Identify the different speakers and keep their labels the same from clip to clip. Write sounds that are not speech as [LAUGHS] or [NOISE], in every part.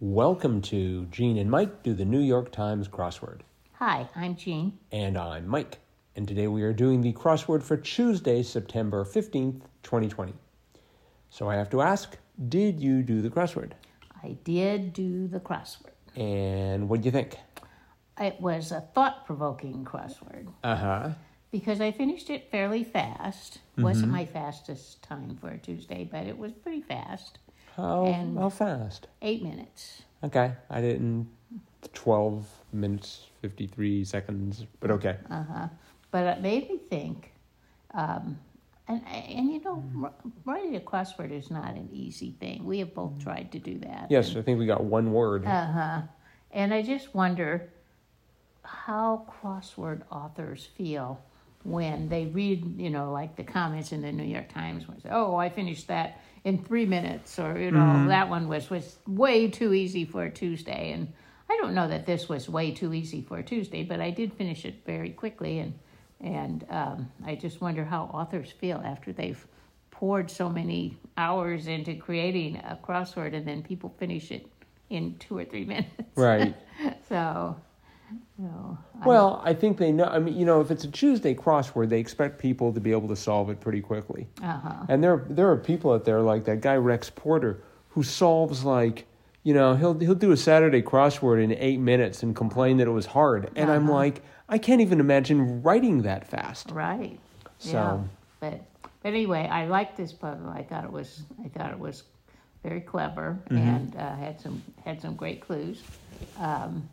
Speaker 1: Welcome to Gene and Mike do the New York Times crossword.
Speaker 2: Hi, I'm Jean.
Speaker 1: And I'm Mike. And today we are doing the crossword for Tuesday, September 15th, 2020. So I have to ask, did you do the crossword?
Speaker 2: I did do the crossword.
Speaker 1: And what do you think?
Speaker 2: It was a thought provoking crossword
Speaker 1: Uh huh.
Speaker 2: because I finished it fairly fast. Wasn't my fastest time for a Tuesday, but it was pretty fast.
Speaker 1: How,
Speaker 2: And-
Speaker 1: how fast?
Speaker 2: Eight minutes.
Speaker 1: Okay, I didn't. 12 minutes, 53 seconds, but okay.
Speaker 2: But it made me think. Um, and, and you know, wr- writing a crossword is not an easy thing. We have both tried to do that.
Speaker 1: Yes, I think we got one word.
Speaker 2: Uh huh. And I just wonder how crossword authors feel when they read, you know, like the comments in the New York Times was, oh, I finished that in three minutes, or, you know,
Speaker 1: Mm-hmm.
Speaker 2: that one was, was way too easy for a Tuesday. And I don't know that this was way too easy for a Tuesday, but I did finish it very quickly. And, and um, I just wonder how authors feel after they've poured so many hours into creating a crossword and then people finish it in two or three [LAUGHS] minutes.
Speaker 1: Right.
Speaker 2: So, no.
Speaker 1: Well, I think they know. I mean, you know, if it's a Tuesday crossword, they expect people to be able to solve it pretty quickly.
Speaker 2: Uh-huh.
Speaker 1: And there, there are people out there like that guy Rex Porter who solves like, you know, he'll he'll do a Saturday crossword in eight minutes and complain that it was hard. And I'm like, I can't even imagine writing that fast.
Speaker 2: Right.
Speaker 1: So-
Speaker 2: Yeah. But but anyway, I liked this puzzle. I thought it was I thought it was very clever and uh, had some had some great clues. Um,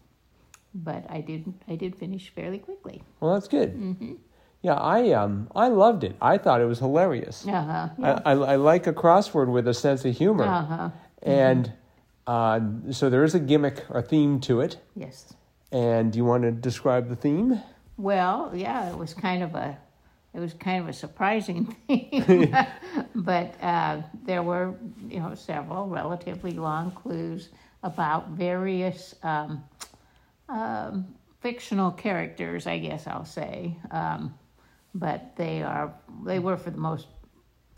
Speaker 2: but I did I did finish fairly quickly.
Speaker 1: Well, that's good. Yeah, I um, I loved it. I thought it was hilarious.
Speaker 2: Uh huh.
Speaker 1: I, I, I like a crossword with a sense of humor,
Speaker 2: Uh huh.
Speaker 1: and uh, so there is a gimmick, a theme to it.
Speaker 2: Yes.
Speaker 1: And do you want to describe the theme?
Speaker 2: Well, yeah, it was kind of a, it was kind of a surprising [LAUGHS] thing, but uh, there were you know several relatively long clues about various um, um, fictional characters, I guess I'll say, um, but they are they were for the most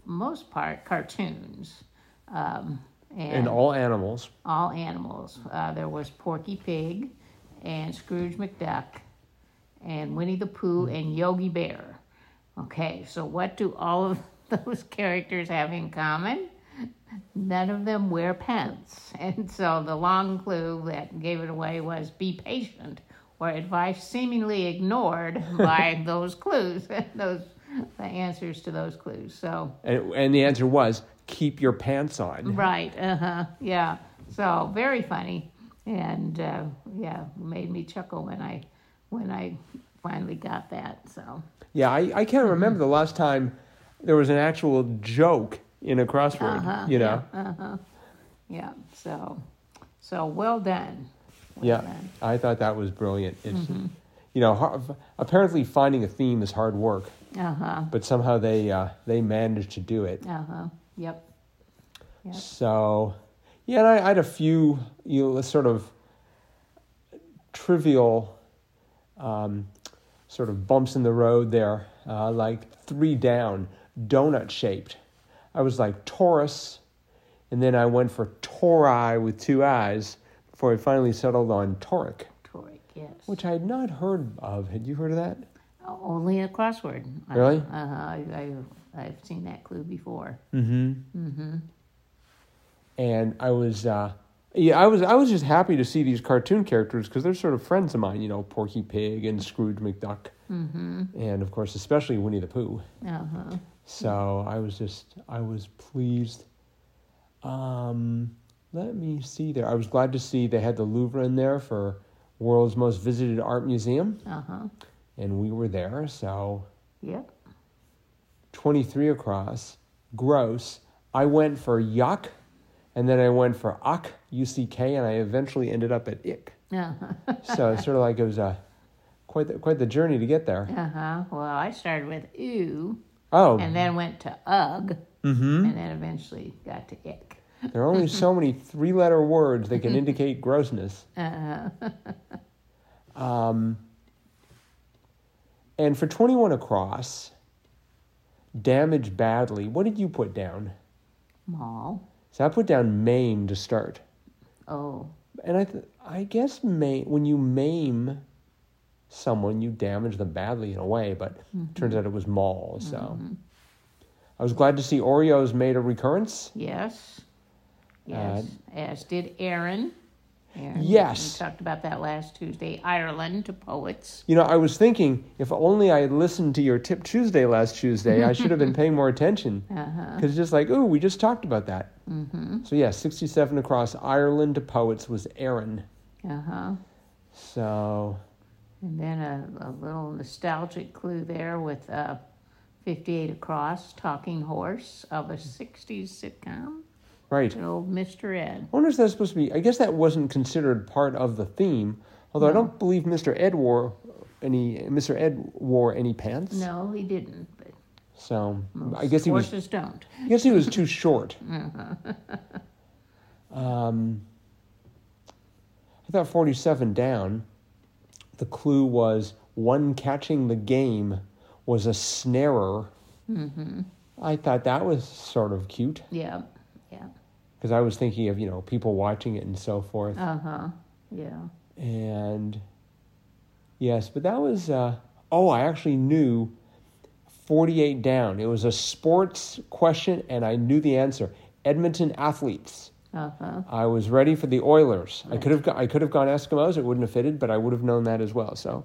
Speaker 2: most part cartoons. Um,
Speaker 1: And all animals.
Speaker 2: all animals. Uh, there was Porky Pig and Scrooge McDuck and Winnie the Pooh and Yogi Bear. Okay, so what do all of [LAUGHS] those characters have in common? None of them wear pants. [LAUGHS] And so the long clue that gave it away was be patient or advice seemingly ignored by those clues, [LAUGHS] those the answers to those clues. So
Speaker 1: And, and the answer was keep your pants on.
Speaker 2: Right. Uh huh. Yeah. So very funny, and uh, yeah, made me chuckle when I when I finally got that. So
Speaker 1: Yeah, I, I can't remember the last time there was an actual joke in a crossword, you know?
Speaker 2: uh-huh, yeah. So so well done. Well
Speaker 1: Yeah. Mm-hmm.
Speaker 2: done.
Speaker 1: I thought that was brilliant. It's, You know, har apparently finding a theme is hard work,
Speaker 2: Uh huh.
Speaker 1: but somehow they, uh, they managed to do it.
Speaker 2: Uh huh. Yep. Yep.
Speaker 1: So, yeah, and I, I had a few you know, sort of trivial um, sort of bumps in the road there, uh, like three down, donut shaped. I was like Taurus, and then I went for Tori with two eyes before I finally settled on Toric,
Speaker 2: Toric. Yes.
Speaker 1: which I had not heard of. Had you heard of that?
Speaker 2: O- Only a crossword.
Speaker 1: Really?
Speaker 2: Uh huh. I, I I've seen that clue before.
Speaker 1: and I was uh, yeah, I was I was just happy to see these cartoon characters because they're sort of friends of mine, you know, Porky Pig and Scrooge McDuck, mm-hmm. and of course, especially Winnie the Pooh.
Speaker 2: Uh huh.
Speaker 1: So I was just I was pleased. Um, let me see there. I was glad to see they had the Louvre in there for world's most visited art museum,
Speaker 2: Uh huh.
Speaker 1: and we were there. So
Speaker 2: Yep.
Speaker 1: twenty three across, gross. I went for yuck, and then I went for uck, U C K, and I eventually ended up at ick.
Speaker 2: Uh huh.
Speaker 1: So it's sort of like it was a quite the, quite the journey to get there.
Speaker 2: Uh huh. Well, I started with ooh.
Speaker 1: Oh,
Speaker 2: and then went to ugh,
Speaker 1: Mm-hmm.
Speaker 2: and then eventually got to ick.
Speaker 1: there are only so many three letter words that can indicate grossness.
Speaker 2: Uh,
Speaker 1: Um, and for twenty one across, damage badly. What did you put down?
Speaker 2: mall.
Speaker 1: So I put down maim to start.
Speaker 2: Oh,
Speaker 1: And I, th- I guess ma- when you maim someone, you damage them badly in a way, but turns out it was Maul. So I was glad to see Oreos made a recurrence. Uh,
Speaker 2: yes. Yes. As did Aaron. Aaron,
Speaker 1: Yes.
Speaker 2: We talked about that last Tuesday. Ireland to poets.
Speaker 1: You know, I was thinking if only I had listened to your Tip Tuesday last Tuesday, I should have been paying more attention. Because it's just like, ooh, we just talked about that. Mm-hmm. So, yeah, 67 across Ireland to poets was Aaron.
Speaker 2: Uh huh.
Speaker 1: So,
Speaker 2: And then a, a little nostalgic clue there with uh, 58 Across, Talking Horse of a 60s sitcom,
Speaker 1: right.
Speaker 2: and old Mr. Ed.
Speaker 1: I wonder if that's supposed to be. I guess that wasn't considered part of the theme, although I don't believe Mr. Ed wore any. Mr. Ed wore any pants.
Speaker 2: No, he didn't, but
Speaker 1: So I guess he was.
Speaker 2: horses don't.
Speaker 1: I guess he was too short. um, I thought forty-seven down. The clue was one catching the game was a snarer. Mm-hmm. I thought that was sort of cute
Speaker 2: Yeah, yeah,
Speaker 1: because I was thinking of you know people watching it and so forth.
Speaker 2: uh huh, yeah.
Speaker 1: and yes, but that was uh, oh, I actually knew forty-eight down. It was a sports question, and I knew the answer: Edmonton athletes.
Speaker 2: Uh huh.
Speaker 1: I was ready for the Oilers. I could have go- I could have gone Eskimos. It wouldn't have fitted, but I would have known that as well. So,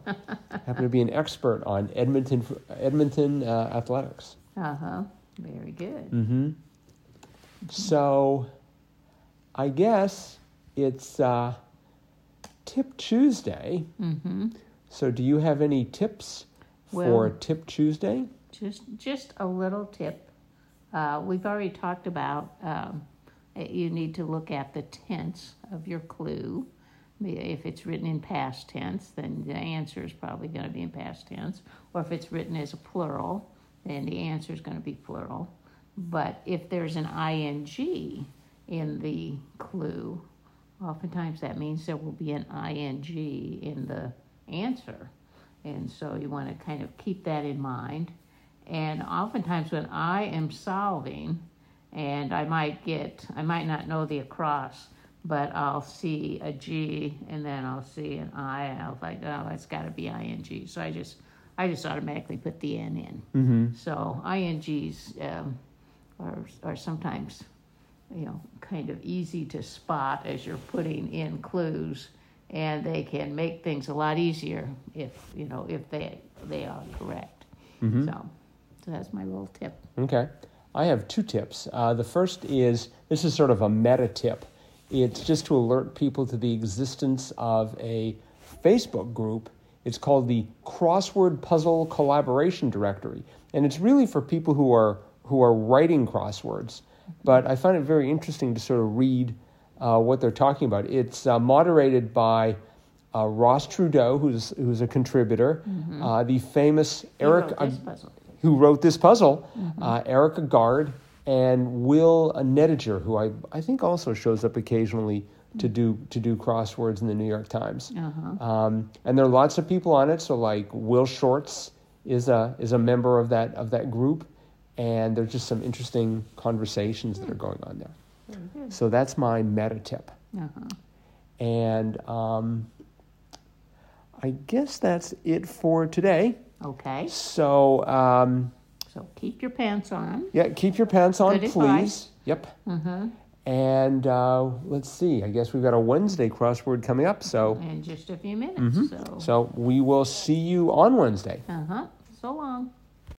Speaker 1: happen to be an expert on Edmonton Edmonton uh, athletics. Mm-hmm.
Speaker 2: Uh huh. Very good.
Speaker 1: So, I guess it's uh, Tip Tuesday. Mm-hmm. So, do you have any tips for
Speaker 2: Well-
Speaker 1: Tip Tuesday?
Speaker 2: Just just a little tip. Uh, we've already talked about um, that you need to look at the tense of your clue. If it's written in past tense, then the answer is probably going to be in past tense. Or if it's written as a plural, then the answer is going to be plural. But if there's an ing in the clue, oftentimes that means there will be an ing in the answer. And so you want to kind of keep that in mind. And oftentimes when I am solving, and I might get, I might not know the across, but I'll see a G and then I'll see an I, and I'll like, oh, it's got to be ing. So I just, I just automatically put the n in. Mm-hmm. So ings um, are are sometimes you know, kind of easy to spot as you're putting in clues, and they can make things a lot easier if you know if they they are correct. So, so that's my little tip.
Speaker 1: Okay. I have two tips. Uh, the first is this is sort of a meta tip. It's just to alert people to the existence of a Facebook group. It's called the Crossword Puzzle Collaboration Directory, and it's really for people who are who are writing crosswords. But I find it very interesting to sort of read uh, what they're talking about. It's uh, moderated by uh, Ross Trudeau, who's who's a contributor, uh, the famous Eric
Speaker 2: Mm-hmm. Wrote this puzzle.
Speaker 1: who wrote this puzzle, uh, Erica Gard and Will Nediger, who I, I think also shows up occasionally to do to do crosswords in the New York Times.
Speaker 2: Uh-huh.
Speaker 1: Um, and there are lots of people on it. So like Will Shorts is a is a member of that of that group, and there's just some interesting conversations that are going on there.
Speaker 2: Very good.
Speaker 1: So that's my meta tip,
Speaker 2: Uh-huh.
Speaker 1: and um, I guess that's it for today.
Speaker 2: Okay,
Speaker 1: So. Um,
Speaker 2: so keep your pants on.
Speaker 1: Yeah, keep your pants on,
Speaker 2: Good
Speaker 1: please.
Speaker 2: advice.
Speaker 1: Yep. And uh, let's see. I guess we've got a Wednesday crossword coming up, so
Speaker 2: In just a few minutes. So,
Speaker 1: so we will see you on Wednesday.
Speaker 2: uh huh. So long.